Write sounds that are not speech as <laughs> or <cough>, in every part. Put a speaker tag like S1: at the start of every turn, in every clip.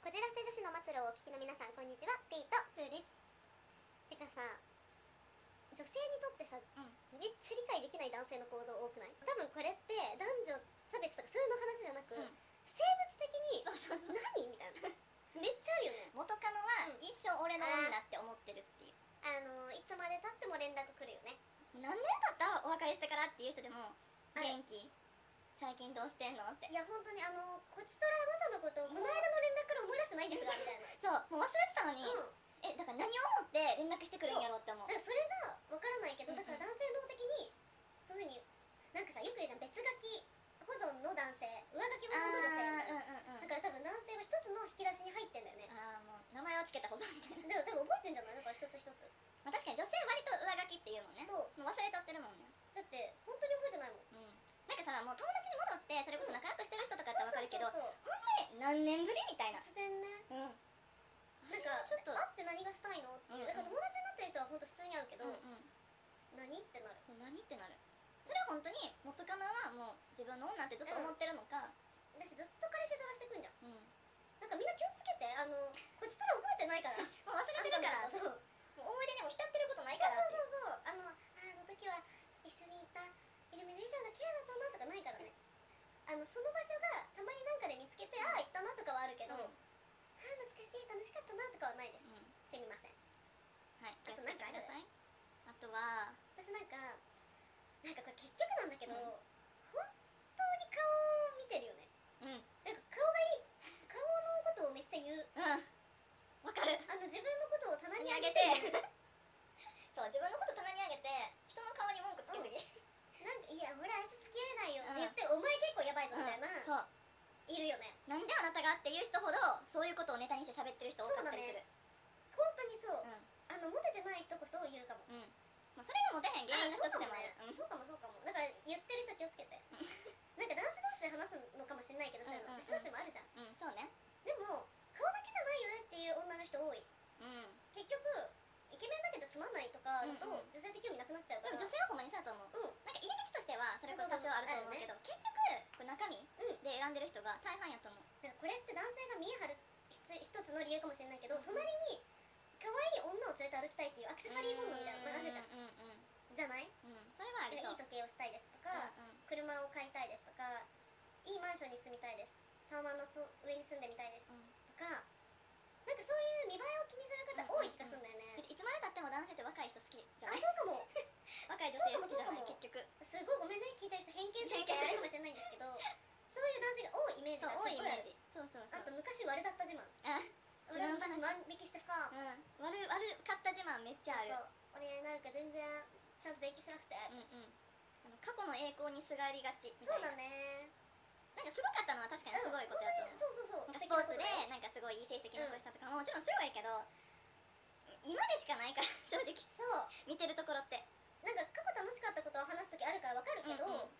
S1: こじらせ女子の末路をお聞きの皆さんこんにちはピーとプーですてかさ女性にとってさ
S2: う
S1: めっちゃ理解できない男性の行動多くない多分これって男女差別とかそういうの話じゃなく、
S2: うん
S1: 生物的に何みたいなめっちゃあるよね
S2: 元カノは
S1: うん
S2: 一生俺のもんだって思ってるっていう、
S1: あのいつまでたっても連絡来るよね
S2: 何年経ったお別れしてからっていう人でも
S1: あれ
S2: 元気最近どうしてんのっ
S1: い
S2: て
S1: や本当にあのこちとらあなたのことをこの間の連絡から思い出してないんですがみたいな
S2: そうもう忘れてたのに、
S1: うん
S2: えだから何を思って連絡してくるんやろって思う
S1: だからそれがわからないけどだから
S2: うん
S1: 男性能的にそういうふうになんかさよく言うじゃん別書き保存の男性上書き保存の女性みたいな
S2: あーうんうんうん
S1: だから多分男性は一つの引き出しに入ってんだよね
S2: あーもう名前をつけた保存みたいな、 <laughs>
S1: でも多分覚えてんじゃないだから一つ一つ
S2: まあ、確かに女性割と上書きっていうもんね
S1: そう
S2: もう忘れちゃってるもんね
S1: だって本当に覚えてないもん
S2: うんなんかさもう友達に戻ってそれこそ仲良くしてる人とかだって分かるけど
S1: そうそう
S2: ほんまに何年ぶりみたいな
S1: 突然ね
S2: うん
S1: なんか
S2: ちょっと
S1: 会って何がしたいのっていう
S2: うんうん
S1: だから友達になってる人は本当普通に会うけど
S2: うんうん
S1: 何ってなる
S2: そう何ってなるそれは本当に元カノはもう自分の女ってずっと思ってるのか
S1: 私ずっと彼氏ずらしてくんじゃん
S2: うん、も
S1: なんかみんな気をつけてあのこっちとら覚えてない
S2: <laughs>
S1: から
S2: う忘れてるから
S1: そう
S2: もう思い出にも浸ってること
S1: そうそうそう
S2: ないからって
S1: そうあのあの時は一緒に行ったイルミネーションが綺麗だったなとかないからねあのその場所がたまになんかで見つけてああ行ったなとかはあるけど、
S2: うん
S1: ああ懐かしい楽しかったなとかはないです、
S2: うん
S1: すみません
S2: はい
S1: あとなんかある
S2: 気をつけてくださいあとは
S1: 私なんかなんかこれ結局なんだけど、
S2: うん
S1: 本当に顔を見てるよね
S2: うんうん
S1: なんか顔がいい顔のことをめっちゃ言う
S2: わかる
S1: あの自分のことを棚に
S2: に
S1: あ
S2: あ
S1: げ
S2: げ
S1: て
S2: てそう自分のこと棚にあげて人の顔に文句つけすぎ、
S1: なんかいや俺あいつ付き合えないよって言って、お前結構やばいぞみたいな、
S2: うんそう
S1: いるよね
S2: なんであなたがっていう人ほどそういうことをネタにして喋ってる人多かったりする
S1: 本当にそうう、あのモテてない人こそ言うかも
S2: ん、うんまあ、それがモテへん原因の一つでもあるうん
S1: そうかもねそうかもそうかもだから言ってる人気をつ
S2: <laughs>
S1: けてなんか男子同士で話すのかもしれないけどそういうの
S2: うんう
S1: 女
S2: んうん
S1: 子同士でもあるじゃん
S2: うんそうね
S1: でも顔だけじゃないよねっていう女の人多い
S2: うん
S1: 結局イケメンだけどつまんないとかだと
S2: うんうん
S1: 女性的興味なくなっちゃう
S2: で
S1: から
S2: も女性はほんまにそうやと思う
S1: うん
S2: なんか入り口としてはそれこそ多少あると思うけど、結局これ中身
S1: うん
S2: で選んでる人が大半やと思う
S1: なんかこれって男性が見え張る一つ一つの理由かもしれないけど隣に可愛い女を連れて歩きたいっていうアクセサリーボンドみたいなのがあるじゃん
S2: うんうんうん、
S1: じゃない
S2: うんそれはあ
S1: なんか
S2: り
S1: いい
S2: そう
S1: 時計をしたいですとか、
S2: うんうん
S1: 車を買いたいですとかいいマンションに住みたいですタワマンのそ上に住んでみたいですと
S2: うん
S1: かなんかそういう見栄えを気にする方多い気がするんだよ
S2: だっ
S1: ね、
S2: ていつまでたっても男性って若い人好きじゃ
S1: あ
S2: ない
S1: そうかも
S2: 若い女性好きじゃな
S1: そう
S2: い
S1: かもそうかも
S2: 結局
S1: すごいごめんね聞いてる人偏見性みたいなのあるかもしれないんですけどそういう男性が多いイメージ
S2: そう
S1: が
S2: 多いイ
S1: すご
S2: メ
S1: あ
S2: ー
S1: る
S2: ジそうそうそ
S1: あ
S2: う
S1: と昔割れだった自慢
S2: あ自
S1: 俺
S2: 慢
S1: 昔
S2: 話
S1: 万引きしてさ、
S2: うん悪悪かった自慢めっちゃある
S1: そう俺なんか全然ちゃんと勉強しなくて、
S2: うんうんあの過去の栄光にすがりがちみ
S1: そ
S2: た
S1: う
S2: いな
S1: だね
S2: なんかすごかったのは確かにすごいことやと思う
S1: うん本当にそうそうそう
S2: なんかスポーツ
S1: 素敵なこと
S2: で
S1: だよ
S2: なんかすごいいい成績残したとかももちろんすごいけど今でしかないから正直
S1: そう
S2: 見てるところって
S1: なんか過去楽しかったことを話す時あるからわかるけど、
S2: うんうん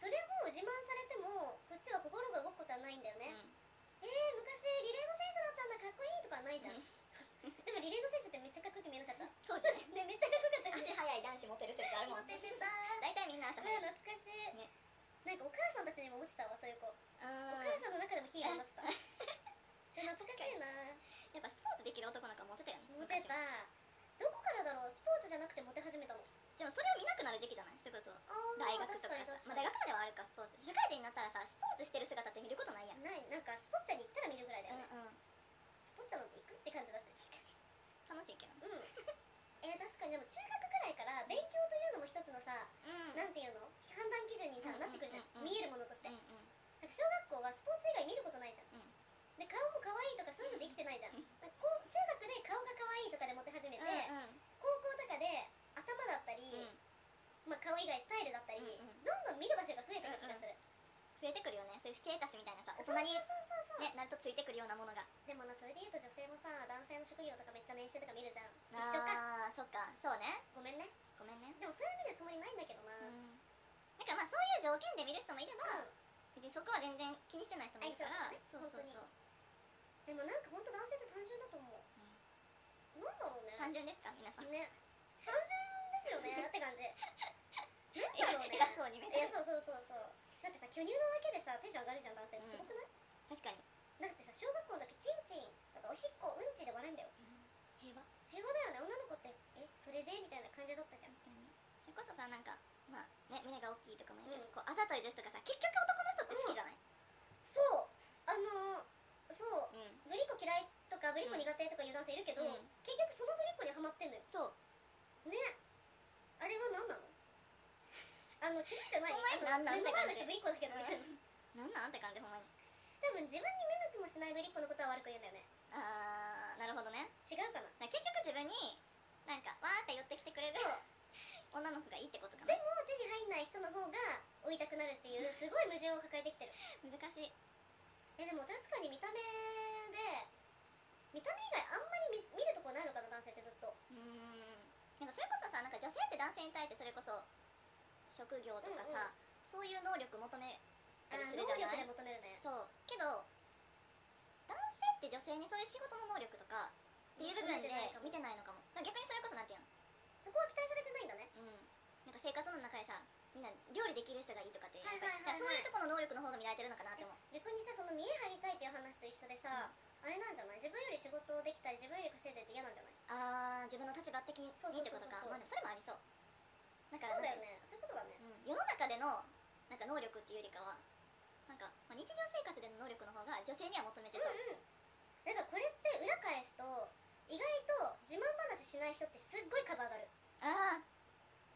S1: それを自慢されてもこっちは心が動くことはないんだよね、えー、昔リレーの選手だったんだかっこいいとかはないじゃん、
S2: うん
S1: でもリレーの選手ってめっちゃかっこよく見えなか
S2: <laughs>
S1: った
S2: 当時ね
S1: でめっちゃかっこよかった
S2: 足速い男子モテる説あ
S1: 持
S2: るも
S1: っ
S2: ん
S1: ててたー
S2: 大体みんな足
S1: 懐
S2: 速い
S1: かしい、
S2: ね
S1: なんかお母さんたちにも落ちたわそういう子、
S2: うん
S1: お母さんの中でもヒーローになってたで
S2: <laughs>
S1: 懐かしいな
S2: やっぱスポーツできる男なんかモテたよね
S1: モテ
S2: 昔は
S1: たどこからだろうスポーツじゃなくてモテ始めたの
S2: でもそれを見なくなる時期じゃないそれこそ
S1: ー
S2: 大学
S1: 確
S2: とか
S1: かに
S2: さ
S1: 確か
S2: ま
S1: に
S2: あ大学まではあるかスポーツ社会人になったらさスポーツしてる姿って見ることないやんうんうん
S1: ないなんかスポッチャに行ったら見るぐらいだよね、
S2: 楽
S1: スポッチャなんて行くって感じだし
S2: しいけど
S1: うんえー確かにでも中学くらいから勉強というのも一つのさ、
S2: うん
S1: なんていうの判断基準にさ、
S2: うん
S1: なってくるじゃん,、
S2: うんうんうん
S1: 見えるものとして、
S2: うんうん
S1: なんか小学校はスポーツ以外見ることないじゃん
S2: うん
S1: で顔も可愛いとかそういうので生きてないじゃん,、
S2: うん
S1: なんかこう中学で顔が可愛いとかでモテ始めて、
S2: うんうん
S1: 高校とかで頭だったり、
S2: うん
S1: まあ、顔以外スタイルだったり、
S2: うんうん
S1: どんどん見る場所が増えてく気がする、
S2: 増えてくるよねそういうステータスみたいなさ大
S1: そうそう
S2: 人
S1: そう
S2: に
S1: そうそう、
S2: ねなるとついてくるようなものが
S1: でもなそれで言うと女性もさ男性の職業とかめっちゃ年収とか見るじゃん一緒か
S2: ああーそっかそうね
S1: ごめんね
S2: ごめんね
S1: でもそういう意味でつもりないんだけどな、
S2: なんかまあそういう条件で見る人もいれば、別にそこは全然気にしてない人もいるから、
S1: 相性
S2: そう
S1: とかね
S2: そうそう、
S1: でもなんか本当男性って単純だと思うなんだろうね
S2: 単純ですか皆さん
S1: ね単純ですよねっ
S2: <laughs>
S1: て感じなんだろうね
S2: 偉そうに見
S1: い
S2: て
S1: や
S2: る
S1: そうそうそうそうだってさ巨乳なだけでさテンション上がるじゃん男性ってすごくない、
S2: 確かに
S1: だってさ小学校の時チンチン
S2: はなんか、まあね、胸が大きいとかもいいけど、
S1: うん
S2: こうあざとい女子とかさ結局男の人って好きじゃない、
S1: そうあのーそう
S2: う
S1: ぶ
S2: ん
S1: りっ子嫌いとかぶりっ子苦手とかいう男性いるけど、
S2: うん
S1: 結局そのぶりっ子にはまってんのよ
S2: そう
S1: ねあれは何なのあの気づいてない
S2: お前
S1: あの
S2: 何なん
S1: 目の前の人
S2: って感じ
S1: ぶりっ子だけどみたいな、
S2: なんなんって感じほんまに
S1: 多分自分に目向きもしないぶりっ子のことは悪く言うんだよね
S2: あーなるほどね
S1: 違うかな
S2: だから結局自分になんかわーって寄ってきてくれる
S1: そう
S2: <laughs> 女の子がいいってことか
S1: で
S2: な
S1: も手に入んない人の方が追いたくなるっていうすごい矛盾を抱えてきてる
S2: 難しい
S1: えでも確かに見た目で見た目以外あんまり見見るとこないのかな男性ってずっと
S2: うーんなんかそれこそさなんか女性って男性に対してそれこそ職業とかさ、そういう能力求めたりする
S1: 能
S2: じゃ
S1: 力
S2: ない
S1: で求めるね
S2: そうけど男性って女性にそういう仕事の能力とかっていう部分で見てないのかもだから逆にそれこそなんていう
S1: そこは期待されてないんだね
S2: の、うん、なんか生活の中でさみんな料理できる人がいいとかっていう
S1: はいはいはいはい
S2: だからそういうとこの能力の方が見られてるのかなって思う
S1: 逆にさその見え張りたいっていう話と一緒でさ、あれなんじゃない自分より仕事できたり自分より稼いでると嫌なんじゃない
S2: あー自分の立場的にって
S1: そうそうそうそう
S2: ことかまあでもそれもありそうだか
S1: そ
S2: ら
S1: うだ
S2: な
S1: よ
S2: んていう
S1: ねそういうことだね
S2: うん世の中でのなんか能力っていうよりかはなんか、まあ、日常生活での能力の方が女性には求めてそ
S1: ん
S2: う、
S1: だからこれって裏返すと意外と自慢話しない人ってすっごい株上がる
S2: ああ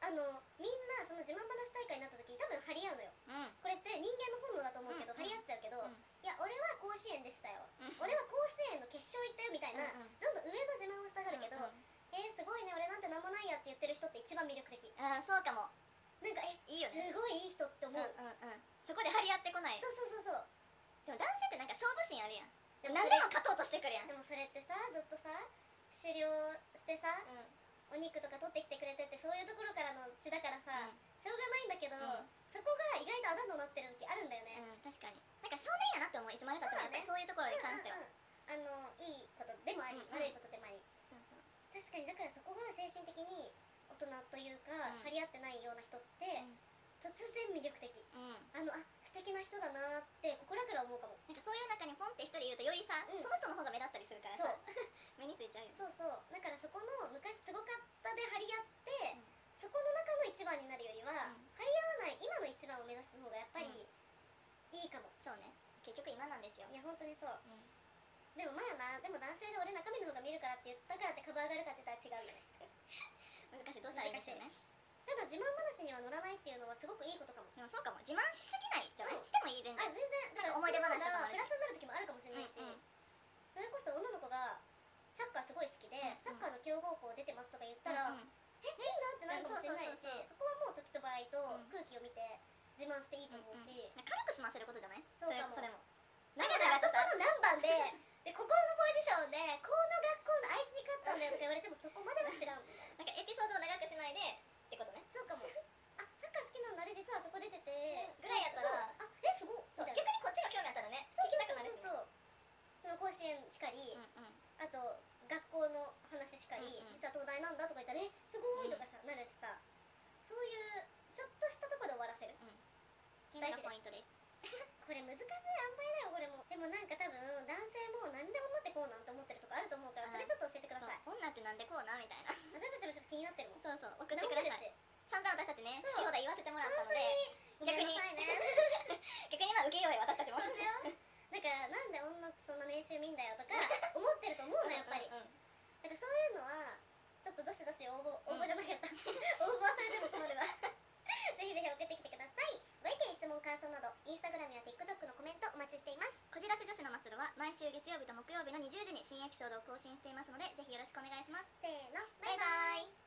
S1: あのみんなその自慢話大会になった時多分張り合うのよ
S2: うん
S1: これって人間の本能だと思うけど、
S2: うんうん
S1: 張り合っちゃうけど、
S2: うん
S1: いや俺は甲子園でしたよ、
S2: うん
S1: 俺は甲子園の決勝行ったよみたいな、
S2: うんうん
S1: どんどん上の自慢をしたがるけど、
S2: うんうん
S1: えー、すごいね俺なんてなんもないやって言ってる人って一番魅力的
S2: あーそうかも
S1: なんかえ
S2: いいよ
S1: す
S2: ね
S1: ごいいい人って思う、
S2: うんうんうんそこで張り合ってこない
S1: そうそうそうそう
S2: でも男性ってなんか勝負心あるやん
S1: でも
S2: 何
S1: そ
S2: で
S1: れ
S2: も勝とうとしてくるやん、
S1: でもそれってさずっとさ狩猟してさ、お肉とか取ってきてくれてってそういうところからの血だからさ、
S2: うん
S1: しょうがないんだけど、
S2: うん
S1: そこが意外とあだとなってる時あるんだよね、
S2: うん確かになんか少年やなって思ういつまでたってもやっぱりそういうところに関しては、
S1: うんうんうんあのいいことでもあり、
S2: うん
S1: 悪
S2: うん
S1: いことでもあり
S2: そうそう
S1: 確かにだからそこが精神的に大人というか、
S2: うん
S1: 張り合ってないような人って、
S2: ん
S1: 突然魅力的
S2: うん
S1: あのあ素敵な人だなって心から思うかも
S2: なんかそういう中にポンって一人いるとよりさ、
S1: うん
S2: その人の方が目立ったりするからさ
S1: そう
S2: <laughs> 目についちゃうよね
S1: そうそうだからそこの昔すごかったで張り合って、
S2: うん
S1: そこの中の一番になるよりは、
S2: うん
S1: 張り合わない今の一番を目指す方がやっぱり、
S2: うん
S1: いいかも
S2: そうね結局今なんですよ
S1: いや本当にそう
S2: うん
S1: でもまあなでも男性で俺中身の方が見るからって言ったからって株上がるかって言ったら違うよね
S2: 難しいどうしたらいいんですよね
S1: ただ自慢話には乗らないっていうのはすごくいいことかも
S2: でもそうかも自慢しすぎないじゃない、
S1: うん
S2: してもいい全
S1: あ
S2: 然
S1: 全然だから
S2: なんか思い出話とかもあ
S1: プ
S2: るし
S1: ラスになる時もあるかもしれないし、
S2: うんうん
S1: それこそ女の子がサッカーすごい好きで、
S2: うんうん
S1: サッカーの強豪校出てますとか言ったら、
S2: うんうん
S1: えいいなってなるかもしれないし、
S2: うん
S1: そこはもう時と場合と
S2: うん
S1: 空気を見て自慢していいと思うし、
S2: なんか軽く済ませることじゃない
S1: そうかも
S2: れもそ
S1: だか
S2: れも長
S1: らあそ
S2: 々
S1: こ
S2: とさ
S1: の何番ででここのポジションでこの学校のあいつに勝ったんだよとか言われてもそこまでは知らんみたいな
S2: <laughs> なんかエピソードを長くしないでってことね
S1: そうかもあサッカー好きなのあれ実はあそこ出てて
S2: ぐらいやったら
S1: そうあえすごっみ
S2: そう
S1: たい
S2: 逆に
S1: な
S2: こっちが興味あったらね
S1: そう
S2: 聞きたくなる
S1: そう
S2: し
S1: そうそうその甲子園しかり、
S2: うんうん
S1: あと学校の話しかり、
S2: うんうん
S1: 実は東大なんだとか言ったら「えすごい!」とかさ、なるしさそういうちょっとしたとこで終わらせる
S2: っていうのがポイントです
S1: これ難しい塩梅だよこれもでもなんか多分男性もなんで女ってこうなんて思ってるとこあると思うからそれちょっと教えてくだ
S2: そう
S1: さい
S2: 女ってなんでこうなみた
S1: <laughs>
S2: いな
S1: 私たちもちょっと気になってるもん
S2: そうそう送って
S1: 飲
S2: く
S1: め
S2: だ
S1: る
S2: さい
S1: し
S2: 散々私たちね
S1: そ
S2: 好
S1: う
S2: き放題言わせてもらったので
S1: 本当に
S2: 逆
S1: ごめん
S2: に
S1: なさいね
S2: 逆にまあ受けようよ私たちも
S1: そうしようだからなんで女ってそんな年収見んだよとか思ってると思うのやっぱり
S2: うんうん
S1: だからそういうのはちょっとどしどし応募応募じゃなかった、 <laughs> 応募は <laughs> されても困るわぜひぜひ送ってきてくださいご意見質問感想などインスタグラムや TikTok のコメントお待ちしています
S2: こじらせ女子の末路は毎週月曜日と木曜日の20時に新エピソードを更新していますのでぜひよろしくお願いします
S1: せーの
S2: バイバイ